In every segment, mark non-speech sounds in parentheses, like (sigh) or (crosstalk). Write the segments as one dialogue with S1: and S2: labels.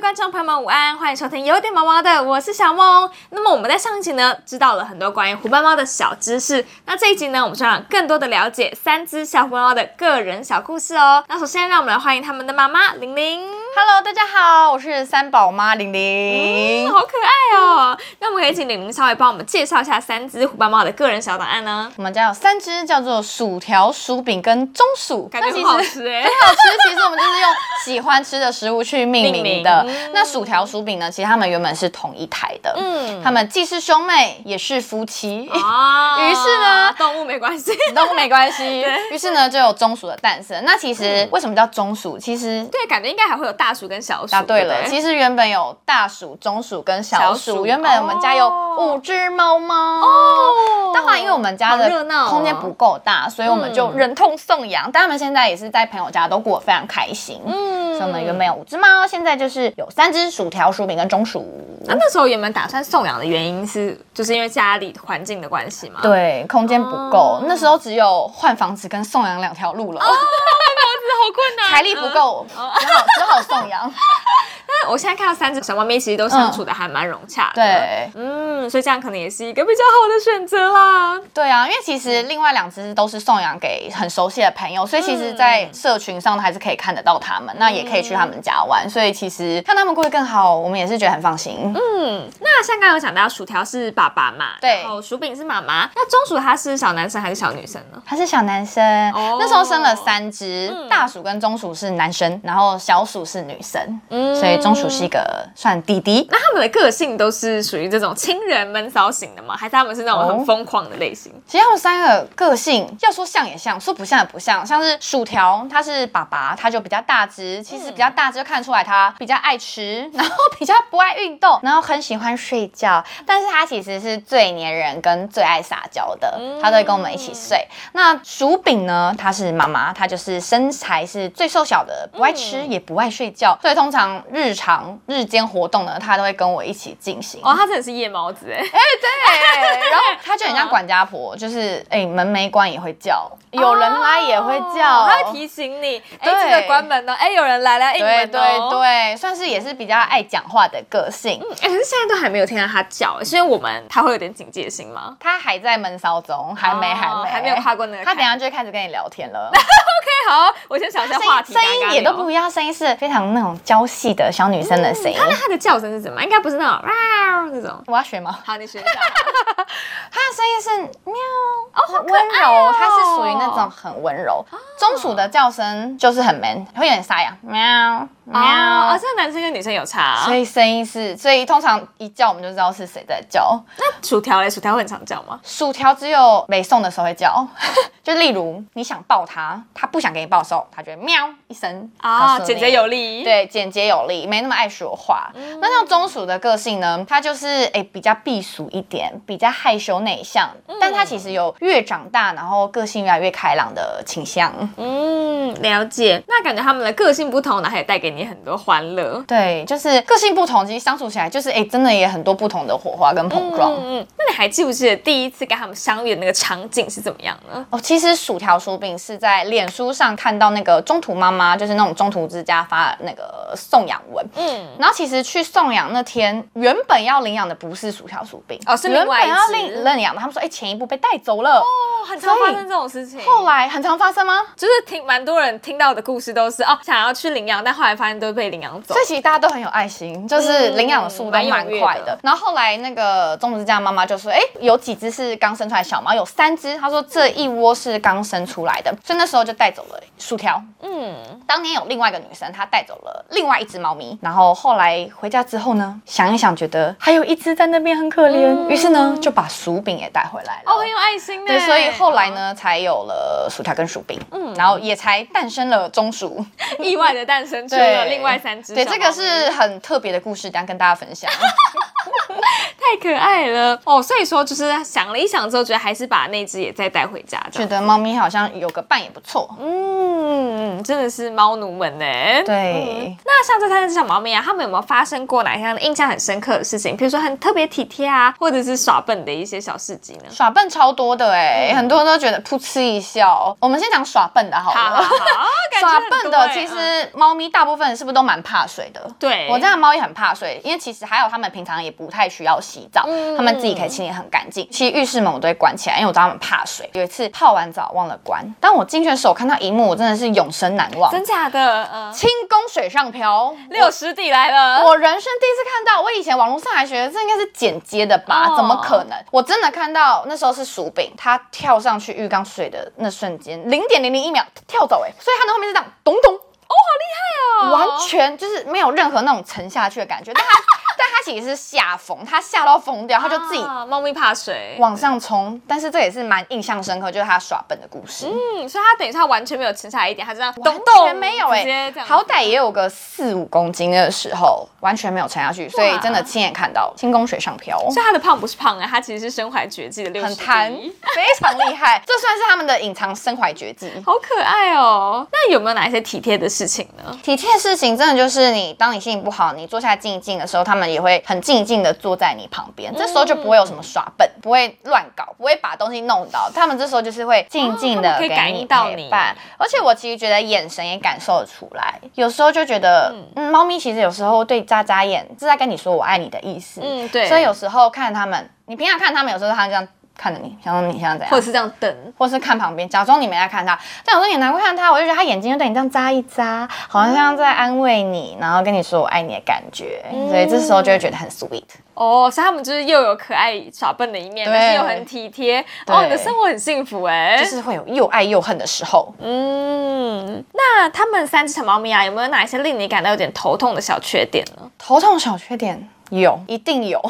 S1: 观众朋友们午安，欢迎收听有点毛毛的，我是小梦。那么我们在上一集呢，知道了很多关于虎斑猫的小知识。那这一集呢，我们就让更多的了解三只小虎斑猫的个人小故事哦。那首先，让我们来欢迎他们的妈妈玲玲。
S2: Hello，大家好，我是三宝妈玲玲。
S1: 嗯，好可爱哦。那我们可以请玲玲稍微帮我们介绍一下三只虎斑猫的个人小档案呢？
S2: 我们家有三只，叫做薯条、薯饼跟中薯。
S1: 感觉
S2: 那其
S1: 很
S2: 实
S1: 好吃哎、
S2: 很好吃，其实我们就是用喜欢吃的食物去命名的。
S1: 命名
S2: 那薯条、薯饼呢，其实他们原本是同一台的，
S1: 嗯
S2: 他们既是兄妹也是夫妻。
S1: (laughs)
S2: (laughs)
S1: 哦
S2: 于是呢
S1: 动物没关
S2: (laughs)
S1: 系。嗯
S2: 都没关系，于是呢就有中薯的诞生。那其实为什么叫中薯？其实
S1: 对，感觉应该还会有大鼠跟小鼠。
S2: 答对
S1: 不
S2: 了，其实原本有大鼠、中鼠跟
S1: 小
S2: 小
S1: 鼠
S2: 鼠，原本我们家有
S1: 哦
S2: 五只猫猫。
S1: 哦
S2: 但后来因为我们家
S1: 好
S2: 的
S1: 热闹哦嗯
S2: 空间不够大，所以我们就忍痛送养。但他们现在也是在朋友家都过得非常开心。
S1: 嗯
S2: 所以我们原本有五只猫，现在就是有三只薯条、薯饼跟中薯。
S1: 那那时候原本打算送养的原因是，就是因为家里环境的关系嘛。，
S2: 对，空间不够，
S1: 哦
S2: 那时候只有换房子跟送养两条路了，
S1: 好困难
S2: 财力
S1: (laughs)
S2: 不。够，只
S1: 哦
S2: 好只好送养。
S1: 但我现在看到三只小猫咪，其实都相处的还蛮融洽的。
S2: 对
S1: 嗯，所以这样可能也是一个比较好的选择啦。
S2: 对啊，因为其实另外两只都是送养给很熟悉的朋友，所以其实，在社群上还是可以看得到他们，那也可以去他们家玩，所以其实看他们过得更好，我们也是觉得很放心。
S1: 嗯，那像刚刚有讲到，薯条是爸爸嘛，
S2: 对
S1: 然后薯饼是妈妈。那中薯它是小男生还是小女生呢？
S2: 他是小男生，
S1: 哦嗯
S2: 那时候生了三只，大鼠跟中鼠是男生，然后小鼠是女生，
S1: 嗯
S2: 所以中鼠是一个算弟弟。
S1: 那他们的个性都是属于这种亲人闷骚型的吗？还是他们是那种很
S2: 哦
S1: 疯狂的类型？
S2: 其实他们三个个性，要说像也像，说不像也不像。像是薯条，他是爸爸，他就比较大只，其实比较大只就看得出来他比较爱吃，然后比较不爱运动，然后很喜欢睡觉。但是他其实是最黏人跟最爱撒娇的
S1: 嗯，
S2: 他都会跟我们一起睡。那薯饼呢，她是妈妈，她就是身材是最瘦小的，不爱吃也不爱睡觉，所以通常日常日间活动呢，她都会跟我一起进行。
S1: 哦，它真的是夜猫子哎。
S2: 对，
S1: (laughs)
S2: 然后他就很像管家婆，就是哎、门没关也会叫，有人来也会叫，
S1: 哦他会提醒你，哎、
S2: 对
S1: 记得关门哦，哎、有人来了，应
S2: 对
S1: 门
S2: 对
S1: 哦。
S2: 对，算是也是比较爱讲话的个性。
S1: 哎、可是现在都还没有听到他叫，是因为我们他会有点警戒心吗？
S2: 他还在闷骚中，还没，
S1: 哦
S2: 还没，
S1: 还没有跨过那个
S2: 他
S1: 坎
S2: 等一下就会开始跟你聊天
S1: (laughs)
S2: 了，
S1: 哎、好，我先想一下
S2: 声
S1: 话
S2: 音
S1: 题。
S2: 声音也都不
S1: 一
S2: 一样，声音是非常那种娇细的小女生的声音。
S1: 那他的叫声是什么？应该不是那种哇那种。
S2: 我要学吗？
S1: 好，你学一下。
S2: 它的声音是喵，哦，很温柔，它是属于那种很温柔。
S1: 哦
S2: 中属的叫声就是很 man，会有点沙哑，喵 (laughs) 喵。
S1: 哦，哦，这男生跟女生有差、
S2: 所以声音是，所以通常一叫我们就知道是谁在叫。
S1: 那薯条嘞，薯条会很常叫吗？
S2: 薯条只有北送的时候会叫， (laughs) 就例如你想抱它，它不想给你抱的时候，它就会喵一声
S1: 啊，
S2: 告诉
S1: 简
S2: 你
S1: 洁有力。，嗯
S2: 对，简洁有力，没那么爱说话。那像中暑的个性呢，他就是诶、比较避暑一点，比较害羞内向，
S1: 嗯
S2: 但他其实有越长大，然后个性越来越开朗的倾向。
S1: 嗯，了解。那感觉他们的个性不同，然后也带给你很多欢乐。
S2: 对，就是个性不同，其实相处起来就是诶、真的也很多不同的火花跟碰撞。
S1: 嗯嗯，那你还记不记得第一次跟他们相遇的那个场景是怎么样呢？
S2: 哦，其实薯条薯饼是在脸书上看到那个中途妈妈，就是那种中途之家发的那个送养文。
S1: 嗯，
S2: 然后其实去送养那天，原本要领养的不是薯条薯饼，
S1: 哦是另
S2: 原
S1: 外一
S2: 本要
S1: 只
S2: 领领养的，他们说哎、前一步被带走了。
S1: 哦，很常
S2: 所
S1: 发
S2: 以
S1: 生这种事情。
S2: 后来很常发生吗？
S1: 就是听蛮多人听到的故事都是哦，想要去领养，但后来发现都被领养走
S2: 所。以其实大家都很有爱心，就是领养的速度都蛮
S1: 嗯蛮踊
S2: 快
S1: 跃
S2: 的。
S1: 的
S2: 然后后来那个中途之家妈妈就说，哎、有几只是刚生出来小猫，有三只，她说这一窝是刚生出来的，所以那时候就带走了薯条。
S1: 嗯，
S2: 当年有另外一个女生，她带走了另外一只猫咪，然后后来回家之后呢，想一想觉得还有一只在那边很可怜，于、是呢就把薯饼也带回来了。
S1: 嗯哦，很嗯有爱心呢。
S2: 对，所以后来呢，才有了薯条跟薯饼，嗯，然后也才诞生了
S1: (laughs)
S2: 中薯，
S1: 意外的诞生出了另外三只小
S2: 对，
S1: 猫咪。 (laughs)
S2: 这个是很特别的故事，等一下跟大家分享。
S1: 太太可爱了哦。所以说，就是想了一想之后，觉得还是把那只也再带回家这
S2: 觉
S1: 样。
S2: 得猫咪好像有个伴也不错。
S1: 嗯，真的是猫奴们呢。
S2: 对，
S1: 那像这三只小猫咪啊，它们有没有发生过哪项印象很深刻的事情？比如说很特别体贴啊，或者是耍笨的一些小事迹呢？
S2: 耍笨超多的哎、
S1: 嗯
S2: 很多人都觉得噗嗤一笑。我们先讲耍笨的好
S1: (laughs) 好
S2: 了
S1: 好。好，感觉
S2: 耍
S1: 很
S2: 啊笨
S1: 多
S2: 的，
S1: 欸
S2: 其
S1: 嗯
S2: 实猫咪大部分是不是都蛮怕水的？
S1: 对
S2: 我家的猫也很怕水，因为其实还有它们平常也不太需要洗澡，
S1: 嗯
S2: 它们自己可以清理很干净。其实浴室门我都会关起来，因为我知道它们怕水。有一次泡完澡忘了关，当我进去的时候，我看到一幕，我真的是永生难忘。
S1: 真假的，嗯，
S2: 轻功水上漂，
S1: (laughs) 六十底来了，
S2: 我人生第一次看到，我以前网络上还觉得这应该是剪接的吧？
S1: 哦
S2: 怎么可能？我真的看到那时候是薯饼，他跳上去浴缸水的那瞬间，零点零零一秒跳走、欸，哎，所以他的后面是这样咚咚，
S1: 哦
S2: 完全就是没有任何那种沉下去的感觉。
S1: (laughs)
S2: 但他但他其实是下风，他吓到疯掉，他就自己
S1: 啊猫咪怕水，
S2: 往上冲。但是这也是蛮印象深刻，就是他耍笨的故事。
S1: 嗯，所以它等于是它完全没有沉下来一点，它这样
S2: 完
S1: 咚
S2: 全
S1: 咚
S2: 没有
S1: 直接
S2: 哎、
S1: 这样
S2: 好歹也有个四五公斤的时候，完全没有沉下去，
S1: 啊
S2: 所以真的亲眼看到轻功水上漂，
S1: 所以它的胖不是胖啊，它其实是身怀绝技的六十
S2: 很弹，非常厉害，这算是他们的隐藏身怀绝技。
S1: 好可爱哦。那有没有哪一些体贴的事情呢？
S2: 体贴的事情真的就是你，当你心情不好，你坐下来静一静的时候，他们也会很静一静的坐在你旁边，这时候就不会有什
S1: 嗯
S2: 么耍笨，不会乱搞，不会把东西弄倒，他们这时候就是会静静
S1: 哦
S2: 的
S1: 他们可以
S2: 给
S1: 感
S2: 你
S1: 应到
S2: 陪
S1: 你
S2: 伴。而且我其实觉得眼神也感受得出来，有时候就觉得，嗯，猫咪其实有时候对眨眨眼是在跟你说我爱你的意思，
S1: 嗯，对，
S2: 所以有时候看他们，你平常看他们，有时候他们这样看着你，想说你现在怎样
S1: 或者。是这样等，
S2: 或是看旁边，假装你没在看他。但有时候你难过看他，我就觉得他眼睛就对你这样眨一眨，好像像在安慰你，然后跟你说我爱你的感觉，所以这时候就会觉得很 sweet。
S1: 哦，所以他们就是又有可爱耍笨的一面，
S2: 对
S1: 但是又很体贴。哦，
S2: 对
S1: 你的生活很幸福哎、
S2: 就是会有又爱又恨的时候。
S1: 嗯，那他们三只小猫咪啊，有没有哪一些令你感到有点头痛的小缺点呢？ (laughs)
S2: 头痛小缺点有，一定有。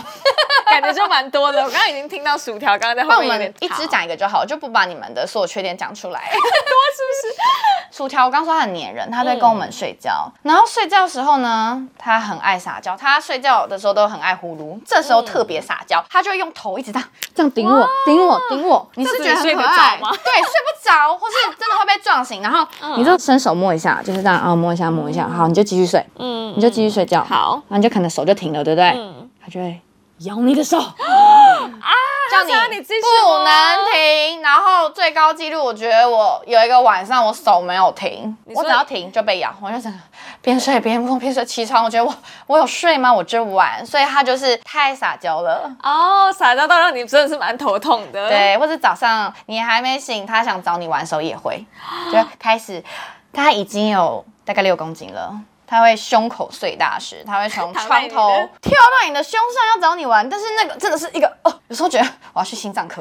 S1: 感觉就蛮多的。我刚刚已经听到薯条刚刚在
S2: 那
S1: 后
S2: 我
S1: 面有
S2: 们
S1: 点
S2: 一只
S1: 吵
S2: 讲一个就好，就不把你们的所有缺点讲出 (laughs) 来。
S1: 是不是？
S2: (laughs) 薯条，我刚说他很粘人，他在跟我们睡觉，然后睡觉的时候呢，他很爱撒娇，他睡觉的时候都很爱呼噜，这时候特别撒娇，他就会用头一直这样这样顶我，顶我，顶我，嗯啊你是
S1: 这
S2: 觉
S1: 样
S2: 得
S1: 子
S2: 很
S1: 你
S2: 可
S1: 睡得
S2: 爱
S1: 着吗
S2: 对，睡不 (laughs) 着，或是真的会被撞醒，然后你就伸手摸一下，就是这样啊，摸一下，摸一下，好，你就继续睡，
S1: 嗯，
S2: 你就继续睡觉，，
S1: 好，
S2: 然后你就可能手就停了，对不对？
S1: 嗯，
S2: 他就会 (gasps) 咬你的手，啊叫你
S1: 想要你继续
S2: 不
S1: 哦
S2: 能停。然后最高纪录，我觉得我有一个晚上我手没有停，
S1: 说
S2: 我只要停就被咬，我就整个边睡边梦边睡起床，我觉得我我有睡吗？我这晚，所以他就是太撒娇了。
S1: 哦，撒娇到让你真的是蛮头痛的。，
S2: 对，或者早上你还没醒，他想找你玩的时候
S1: (gasps)
S2: 也会，就开始他已经有大概六公斤了。他会胸口碎大石，他会从
S1: 躺
S2: 床
S1: 在你的
S2: 头跳到你的胸上要找你玩，但是那个真的是一个哦，有时候觉得我要去心
S1: (laughs)
S2: 脏科，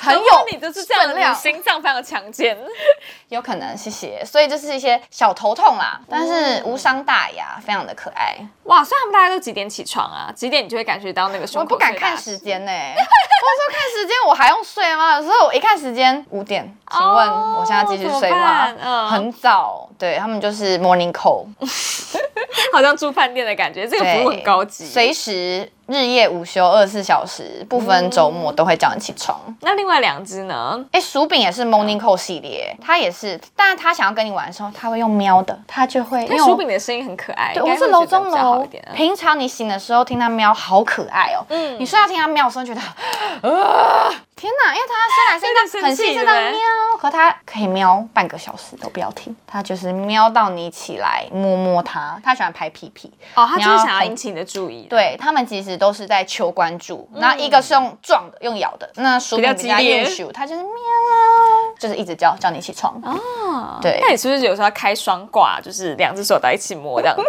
S2: 很有
S1: 你就是这样的人，
S2: 分
S1: 你
S2: 量
S1: 心脏非常强健。
S2: 有可能，谢谢。所以就是一些小头痛啦，
S1: 嗯
S2: 但是无伤大雅，非常的可爱。
S1: 哇，所以他们大家都几点起床啊？几点你就会感觉到那个胸
S2: 我
S1: 口
S2: 不敢
S1: 碎大
S2: 看时间呢、我说看时间我还用睡吗？有时候我一看时间五点，请问
S1: 哦
S2: 我现在继续睡吗
S1: 怎么办？嗯
S2: 很早，对他们就是
S1: (laughs)
S2: morning call，
S1: 好像住饭店的感觉，这个服务很高级。
S2: 随时日夜无休，二十四小时，不分周末都会叫你起床。
S1: 那另外两只呢？
S2: 哎，薯饼也是 morning call 系列，
S1: 嗯
S2: 它也是，但是它想要跟你玩的时候，它会用喵的，它就会
S1: 那
S2: 因为我
S1: 薯饼的声音很可爱，
S2: 对，
S1: 应该
S2: 我
S1: 会
S2: 是
S1: 觉
S2: 楼
S1: 得
S2: 中
S1: 比较好
S2: 楼
S1: 一点。。
S2: 平常你醒的时候听它喵，好可爱哦。
S1: 嗯
S2: 你睡觉听它喵的时候，觉得， (laughs) 呃，天哪，因为它虽然声
S1: 有
S2: 音
S1: 点
S2: 很
S1: 生气
S2: 细致的
S1: 对不
S2: 喵，可它可以喵半个小时都不要停，它就是喵到你起来摸摸它，它喜欢拍屁屁。
S1: 哦，他就是
S2: 喵
S1: 想要
S2: 很
S1: 引起你的注意。，
S2: 对他们其实都是在求关注，那一个是用撞的，用咬的，那鼠
S1: 比较
S2: 饼
S1: 激
S2: 嗯比较
S1: 烈
S2: 优秀，它就是喵，啊就是一直叫叫你起床。
S1: 哦，
S2: 对
S1: 那你是不是有时候要开双挂，就是两只手在一起摸这样
S2: (laughs)
S1: 子？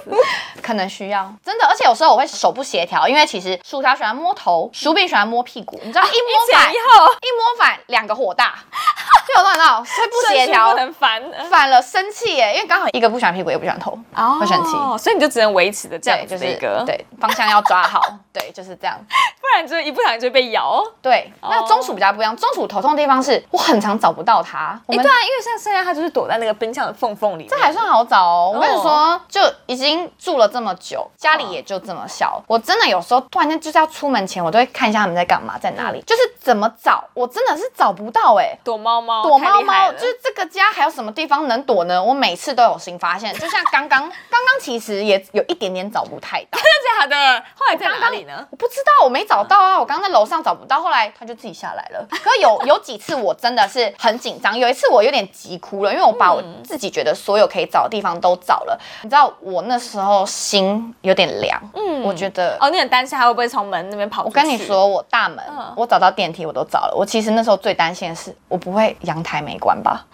S2: 可能需要，真的，而且有时候我会手不协调，因为其实薯条
S1: 啊
S2: 喜欢摸头，薯饼喜欢摸屁股，你知道一摸
S1: 前
S2: 反
S1: 一后，
S2: 一摸反两个火大， (laughs) 就有乱闹，所以不
S1: (laughs)
S2: 协调，
S1: 很烦。
S2: 反了生气耶，因为刚好一个不喜欢屁股，一个不喜欢头，
S1: 哦
S2: 会生气。
S1: 所以你就只能维持的这样
S2: 对，
S1: 子
S2: 就
S1: 的一
S2: 是
S1: 个，
S2: 对方向要抓好，对，就是这样。
S1: 不然就是一不小心就被咬。
S2: 对，那
S1: 哦
S2: 中暑比较不一样，中暑头痛的地方是我很常找不到它，我
S1: 哎、
S2: 们
S1: 对啊，因为像现在他就是躲在那个冰箱的缝缝里面，
S2: 这还算好找哦。我跟你说，就已经住了这么久，家
S1: 哦
S2: 里也就这么小。我真的有时候突然间就是要出门前，我都会看一下他们在干嘛，在哪里，
S1: 嗯
S2: 就是怎么找，我真的是找不到哎、
S1: 躲猫猫，
S2: 躲猫
S1: 哦太厉害
S2: 猫，
S1: 了
S2: 就是这个家还有什么地方能躲呢？我每次都有新发现，就像刚刚，刚刚其实也有一点点找不太到，
S1: 真的假的？后来在哪里呢？
S2: 我不知道，我没找到
S1: 嗯
S2: 啊，我刚刚在楼上找不到，后来他就自己下来
S1: (laughs)
S2: 了。可有有几次我真的是很紧张，有一次我有点急哭了，因为我
S1: 嗯
S2: 把我自己觉得所有可以找的地方都找了，你知道我那时候心有点凉，嗯，我觉得。
S1: 哦，你很担心它会不会从门那边跑出
S2: 我
S1: 去？
S2: 跟你，说，我大门，
S1: 嗯
S2: 我找到电梯，我都找了。我其实那时候最担心的是，我不会阳台没关
S1: (gasps)
S2: 吧？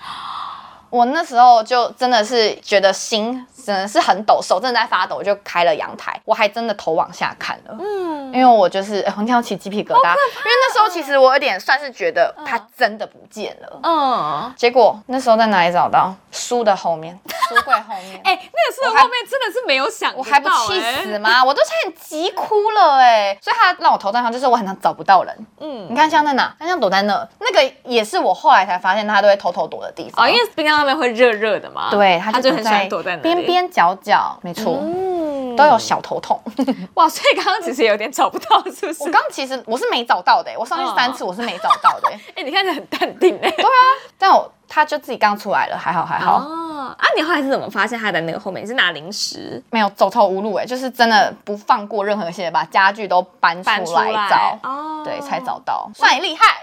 S2: 我那时候就真的是觉得心真的是很抖，手真的在发抖，我就开了阳台，我还真的头往下看了。
S1: 嗯，
S2: 因为我就是呃我跳起鸡皮疙瘩，因为那
S1: 哦
S2: 时候其实我有点算是觉得它真的不见了。
S1: 嗯，
S2: 结果那时候在哪里找到？书的后面，书柜后面。
S1: 哎、那个是
S2: 我还
S1: 后面真的是没有想、
S2: 我还不气
S1: 欸
S2: 死？吗？我都差点急哭了哎、所以他让我头上上就是我很常找不到人。
S1: 嗯
S2: 你，看像在哪？他像躲在那，那个也是我后来才发现他都会偷偷躲的地方。
S1: 哦，因为冰箱上面会热热的嘛，
S2: 对，
S1: 它
S2: 他就
S1: 很喜欢躲在那里
S2: 边，边角角，没错，
S1: 嗯
S2: 都有小头痛。 (laughs)
S1: 哇，所以刚刚其实有点找不到，是不是？
S2: 我刚其实我是没找到的欸、我上去
S1: 嗯
S2: 三次我是没找到的欸、
S1: 哎、你看起来很淡定哎、
S2: 啊但我他就自己刚出来了，还好还好，
S1: 哦，啊，你后来是怎么发现它在那个后面？你是拿零食
S2: 没有走投无路哎、就是真的不放过任何一些，把家具都搬出
S1: 搬出来
S2: 来找，
S1: 哦
S2: 对，才找到，算你厉 (laughs) 害，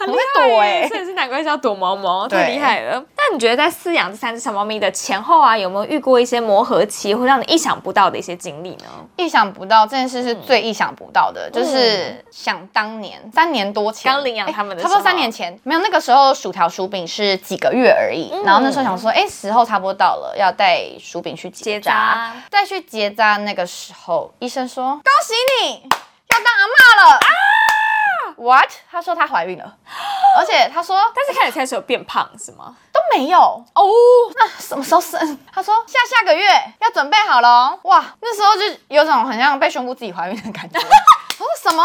S2: 很会
S1: 对，
S2: 躲哎、
S1: 真的是难怪叫躲猫猫，
S2: 对
S1: 太厉害了。那你觉得在饲养这三只小猫咪的前后啊，有没有遇过一些磨合期，会让你意想不到的一些经历呢？
S2: 意想不到这件事是最意想不到的，就是想当年三年多
S1: 嗯
S2: 前
S1: 刚领养他们的
S2: 哎差不
S1: 时候
S2: 多三年前，没有那个时候薯条薯饼是几个月而已，
S1: 嗯
S2: 然后那时候想说，哎、时候差不多到了，要带薯饼去结
S1: 结扎
S2: 再去结扎那个时候，医生说恭喜你要当阿嬷了啊！What？他说她怀孕了，而且他说
S1: 但是开始开始有变胖是吗？
S2: 都没有，
S1: 哦，
S2: 那什么时候生？他说下下个月要准备好了哦。哇，那时候就有种很像被宣布自己怀孕的
S1: (laughs)
S2: 感觉。我说什么？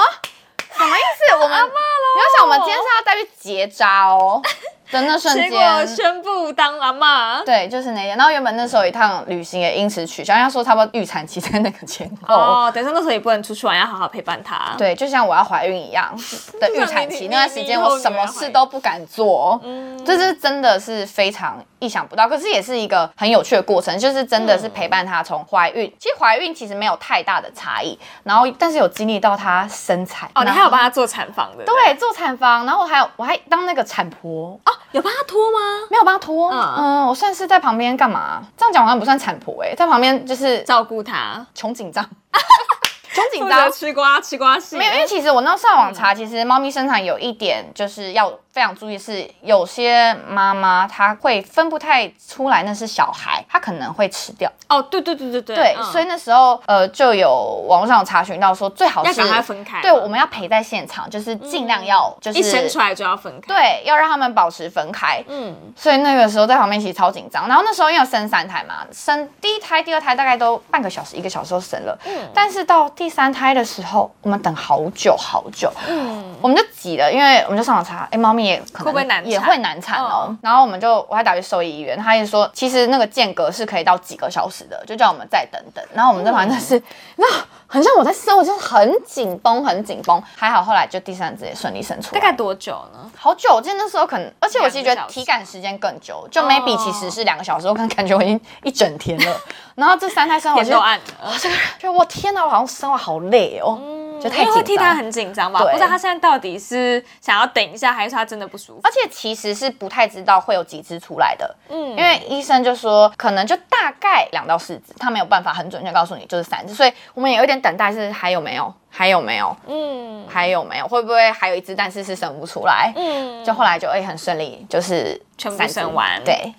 S2: 什么意思？我们你要想，我们今天是要带去结扎
S1: (laughs)
S2: 哦。的那瞬
S1: 结果
S2: 间，
S1: 宣布当阿妈。
S2: 对，就是那天。然后原本那时候一趟旅行也因此取消，因为他说差不多预产期在那个前后。
S1: 哦，等于说那时候也不能出去玩，要好好陪伴它。，
S2: (laughs) 对，就像我要怀孕
S1: (laughs)
S2: 一样的预产期
S1: 你
S2: 那段时间，
S1: 你以后
S2: 我什
S1: 你要
S2: 么
S1: 怀
S2: 事
S1: 孕
S2: 都不敢做。
S1: 嗯，
S2: 这是真的是非常意想不到，可是也是一个很有趣的过程，就是真的是
S1: 嗯
S2: 陪伴她从怀孕，其实怀孕其实没有太大的差异，然后但是有经历到她生产
S1: 哦，你还有帮
S2: 她
S1: 它做产房的？不，
S2: 对做产房，然后我还有我还当那个产婆，
S1: 哦，有帮它脱吗？
S2: 没有帮她拖，
S1: 嗯
S2: 嗯我算是在旁边干嘛？这样讲好像不算产婆哎、在旁边就是
S1: 照顾它，
S2: 穷紧张， (laughs) 穷紧
S1: 负责，
S2: 张
S1: 吃瓜吃瓜戏。
S2: 没有，因为其实我那时候上网
S1: 嗯
S2: 查，其实猫咪生产有一点就是要非常注意，是有些妈妈她会分不太出来那是小孩，她可能会吃掉。
S1: 哦，对对对对对，
S2: 对，
S1: 嗯
S2: 所以那时候呃就有网络上有查询到说，最好
S1: 要
S2: 是
S1: 赶快分开嘛。嗯
S2: 对，我们要陪在现场，就是尽量要就是
S1: 一生出来就要分开。，
S2: 对，要让他们保持分开。
S1: 嗯，
S2: 所以那个时候在旁边其实超紧张，然后那时候因为有生三胎嘛，生第一胎、第二胎大概都半个小时、一个小时就生了，
S1: 嗯
S2: 但是到第三胎的时候，我们等好久好久，我们就急了，因为我们就上网查，哎、猫咪也可能
S1: 嗯会不会难产嗯
S2: 也会难产哦、然后我们就我还打去兽医医院，他也说其实那个间隔是可以到几个小时的，就叫我们再等等。然后我们在旁边
S1: 嗯
S2: 就是， (laughs) 那、很像我在生，我就是很紧绷，很紧绷。还好后来就第三只也顺利生出
S1: 大
S2: 来，
S1: 概多久呢？
S2: 好久，我记得那时候可能，而且我其实觉
S1: 两个小时哦
S2: 得体感时间更久，就 maybe 其实是两个小时，我可能感觉我已经一整天
S1: (laughs)
S2: 了。然后这三胎生我
S1: 天
S2: 就
S1: 都暗了，
S2: 觉得我天哪，我好像生活好累哦，就太
S1: 因为会替
S2: 紧
S1: 哎他
S2: 张。
S1: 很紧张吧？
S2: 对
S1: 不知道他现在到底是想要等一下，还是他真的不舒服？
S2: 而且其实是不太知道会有几只出来的，
S1: 嗯
S2: 因为医生就说可能就大概两到四只，他没有办法很准确告诉你就是三只，所以我们也有点等待，是还有没有，还有没有，
S1: 嗯
S2: 还有没有，会不会还有一只但是是生不出来？
S1: 嗯，
S2: 就后来就哎、很顺利，就是
S1: 全部
S2: 三只
S1: 生完
S2: 对，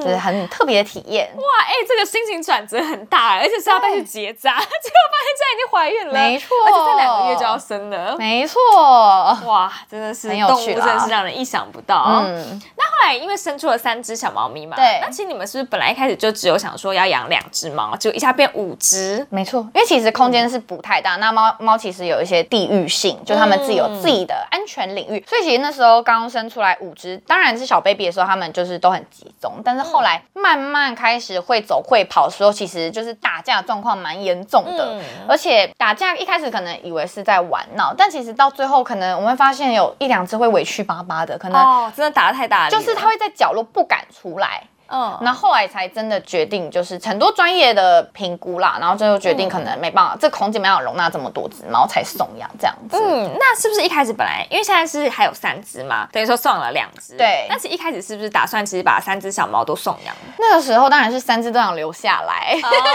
S2: 就是很特别的体验。
S1: 哇，哎、这个心情转折很大，而且是要带去结扎，结果发 (laughs) 现现在已经怀孕了，
S2: 没错
S1: 而且在两个月就要生了。
S2: 没错，
S1: (laughs) 哇，真的是
S2: 很有
S1: 动物
S2: 趣
S1: 真
S2: 啦
S1: 的是让人意想不到。
S2: 嗯，
S1: 那后来因为生出了三只小猫咪嘛，
S2: 对
S1: 那其实你们是不是本来一开始就只有想说要养两只猫，就一下变五只？
S2: 没错，因为其实空间是不太大，那猫猫其实有一些地域性，就它们自己
S1: 嗯
S2: 有自己的安全领域，所以其实那时候刚生出来五只，当然是小 baby 的时候，它们就是都很集中，但是
S1: 嗯
S2: 后来慢慢开始会走会跑的时候，其实就是打架的状况蛮严重的，
S1: 嗯
S2: 而且打架一开始可能以为是在玩闹，但其实到最后可能我们会发现有一两只会委屈巴巴的，可能
S1: 哦，真的打得太大力了，
S2: 就是它会在角落不敢出来，
S1: 嗯，
S2: 那后来才真的决定，就是很多专业的评估啦，然后最后决定可能没办法，这空间没办法容纳这么多只猫，才送养这样子。
S1: 嗯，那是不是一开始本来因为现在是还有三只嘛，等于说送了两只，
S2: 对
S1: 那其实一开始是不是打算其实把三只小猫都送养？
S2: (laughs) 那个时候当然是三只都想留下来。 (laughs)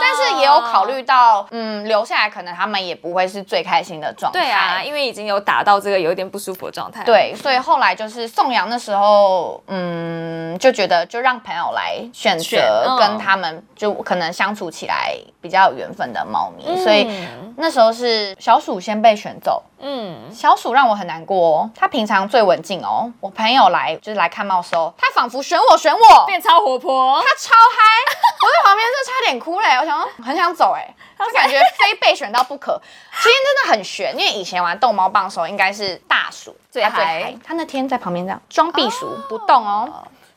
S2: 但是也有考虑到，嗯，留下来可能他们也不会是最开心的状态。
S1: 对啊，，因为已经有打到这个有一点不舒服的状态。，
S2: 对，所以后来就是送养的时候，嗯，就觉得就让朋友来选
S1: 选
S2: 择
S1: 嗯
S2: 跟他们就可能相处起来比较有缘分的猫咪，所以那时候是小鼠先被选走，
S1: 嗯，
S2: 小鼠让我很难过哦，它平常最文静哦。我朋友来就是来看猫的时候，它仿佛选我选我，
S1: 变超活泼
S2: (laughs) 它，超嗨，我在旁边就差点哭嘞，我想说很想走哎，就感觉非被选到不可。其实真的很悬，因为以前玩逗猫棒的时候，应该是大鼠
S1: 最
S2: 它最
S1: 嗨
S2: 嗨，它那天在旁边这样装避暑不动哦，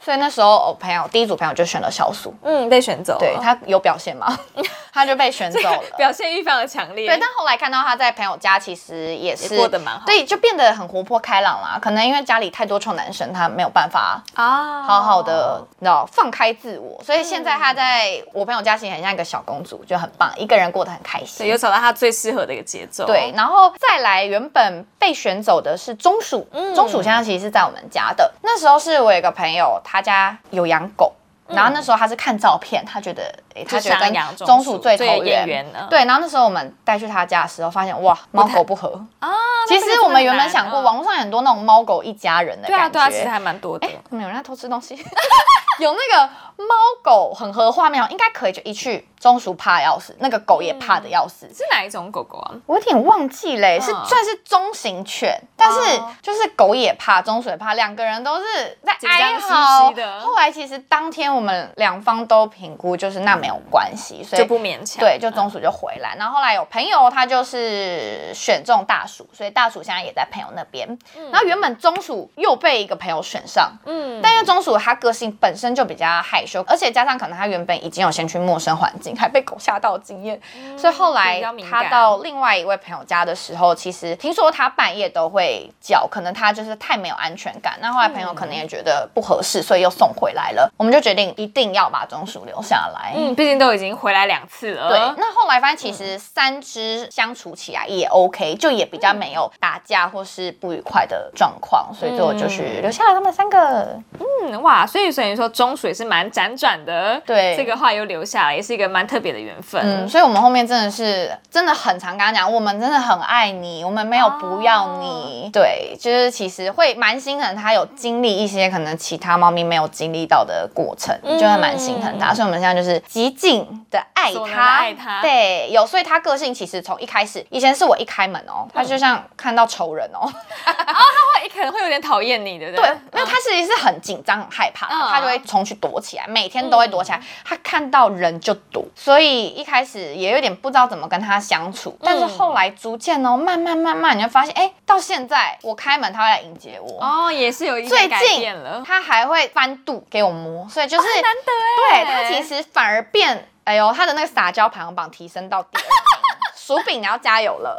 S2: 所以那时候我朋友第一组朋友就选了小鼠，
S1: 嗯，被选走了，
S2: 对它有表现吗？ (laughs) 它就被选走了。
S1: (laughs) 表现欲非常的强烈。
S2: 对，但后来看到他在朋友家其实也是
S1: 也过得蛮好
S2: 对，就变得很活泼开朗啦。可能因为家里太多臭男生，他没有办法
S1: 啊，
S2: 好好的，你知道放开自我，所以现在
S1: 嗯
S2: 他在我朋友家其实很像一个小公主，就很棒，一个人过得很开
S1: 对，
S2: 心
S1: 有。找到它最适合的一个哦节奏。
S2: 对，，然后再来，原本被选走的是中鼠，
S1: 嗯
S2: 中鼠现在其实是在我们家的。那时候是我有一个朋友，他家有养狗，然后那时候他是看照片，他觉得，诶他
S1: 嗯就
S2: 觉得
S1: 想
S2: 跟
S1: 养
S2: 中鼠最投
S1: 眼
S2: 缘，
S1: 缘了。
S2: 对，然后那时候我们带去他家的时候，发现哇，猫狗
S1: (laughs)
S2: 不合。
S1: 啊，
S2: 其实我们原本想过，
S1: 王
S2: 网络上很多那种猫狗一家人的
S1: 嗯对啊
S2: 感觉，
S1: 对啊，其实还蛮多的。
S2: 怎么有人在偷吃东西？ (laughs) 有那个猫狗很合画面哦，应该可以就一去，中鼠怕得要死，那个狗也怕
S1: 嗯
S2: 的要死。
S1: 是哪一种狗狗啊？
S2: 我有点忘记嘞，是
S1: 嗯
S2: 算是中型犬，但是
S1: 哦
S2: 就是狗也怕，中鼠也怕，两个人都是在
S1: 紧张
S2: 哀嚎。
S1: 兮兮的
S2: 后来其实当天我们两方都评估，就是那没有关系，所以
S1: 就不嗯勉强。
S2: 对，就中暑就回来。然后后来有朋友他就是选中大暑，所以大暑现在也在朋友那边。然后原本中暑又被一个朋友选上，
S1: 嗯，
S2: 但因为中暑他个性本身就比较害羞，而且加上可能他原本已经有先去陌生环境，还被狗吓到的经验，所以后来
S1: 嗯比较敏感
S2: 他到另外一位朋友家的时候，其实听说他半夜都会叫，可能他就是太没有安全感。那后来朋友可能也觉得不合适，所以又送回来了。我们就决定一定要把中暑留下来。
S1: 嗯，毕竟都已经回来两次了。
S2: 对，那后来发现其实三只相处起来也 OK，、就也比较没有打架或是不愉快的状况，所以最后就是留下了他们三个。
S1: 嗯，哇，所以所以说中暑也是蛮辗转的。
S2: 对
S1: 这个话又留下来，也是一个蛮特别的缘分。
S2: 嗯，所以我们后面真的是真的很常跟他讲，我们真的很爱你，我们没有不
S1: 哦
S2: 要你。对，就是其实会蛮心疼他有经历一些可能其他猫咪没有经历到的过程，就会蛮心疼他。所以我们现在就是极尽的爱
S1: 嗯所能
S2: 他，
S1: 的爱他
S2: 对，有，所以他个性其实从一开始，以前是我一开门哦，他
S1: 嗯
S2: 就像看到仇人哦。
S1: 会可能会有点讨厌你，对不
S2: 对
S1: 对？，
S2: 没有，他其实是很紧张、很害怕，
S1: 嗯
S2: 他就会冲去躲起来，每天都会躲起来。他看到人就躲，所以一开始也有点不知道怎么跟他相处。
S1: 嗯
S2: 但是后来逐渐哦，慢慢慢慢，你就发现，哎，到现在我开门，他会来迎接我。
S1: 哦，也是有一
S2: 最
S1: 些改
S2: 近
S1: 变了。
S2: 他还会翻肚给我摸，所以就是
S1: 很难得
S2: 对
S1: 哎，
S2: 他其实反而变，哎呦，他的那个撒娇排行榜提升到第二名。薯饼，你要加油
S1: (laughs)
S2: 了！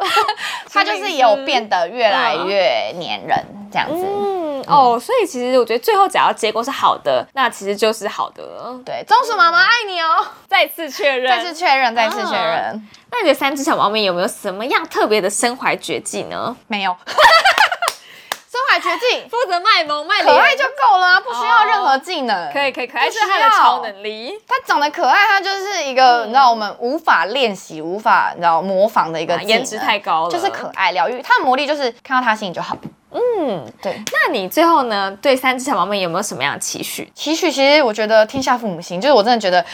S2: 他就是有变得越来越粘人这样子。
S1: 嗯哦，所以其实我觉得最后只要结果是好的，那其实就是好的了。
S2: 对，松鼠妈妈
S1: 嗯
S2: 爱你哦。
S1: 再次确认，
S2: 再次确认，再次
S1: 啊
S2: 确认，
S1: 那你的三只小猫咪有没有什么样特别的身怀绝技呢？
S2: 没有， (laughs) 身怀绝技，
S1: 负责卖萌卖
S2: 可
S1: (laughs) 可
S2: 爱
S1: 爱就
S2: 就够了啊，不需要任何技能。
S1: 可以，可以，可爱是它的
S2: 不需要
S1: 超能力，
S2: 它长得可爱，它就是一
S1: 嗯
S2: 个你知道我们无法练习、无法你知道模仿的一个技能
S1: 啊颜值太高了，
S2: 就是可爱疗愈，它的魔力就是看到它心情就好，
S1: 嗯，
S2: 对，
S1: 那你最后呢，对三只小猫们有没有什么样的期许？
S2: 期许其实我觉得天下父母心，就是我真的觉得。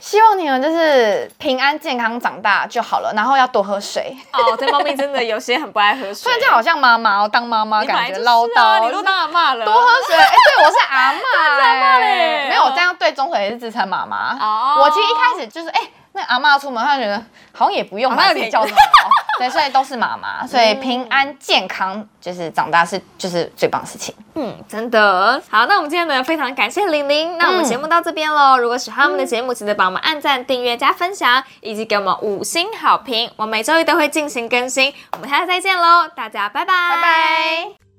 S2: 希望你们就是平安健康长大就好了，然后要多喝水。
S1: 哦，对，猫咪真的有些很不爱喝水， (laughs)
S2: 虽然这样好像妈妈哦，当妈妈
S1: 你本来
S2: 感
S1: 就
S2: 觉
S1: 是
S2: 唠
S1: 啊
S2: 叨，
S1: 你都当阿妈了，
S2: 多喝
S1: (laughs)
S2: 水。哎、对，我是阿妈、
S1: 嘞
S2: 欸，没有，我这样对钟水也是自称妈妈。
S1: 哦
S2: 我其实一开始就是，哎、那阿妈出门，她就觉得好像也不用
S1: 好像
S2: 把
S1: 哦有
S2: 自
S1: 点
S2: 己
S1: 嗯
S2: 叫什么好，对，所以都是妈妈，所以平安健康就是长大是就是最棒的事情。
S1: 嗯，真的好，那我们今天呢非常感谢玲玲，那我们节目到这边喽。如果喜欢我们的节目，记得帮我们按赞、订阅、加分享，以及给我们五星好评。我们每周一都会进行更新，我们下次再见喽，大家拜拜，
S2: 拜拜。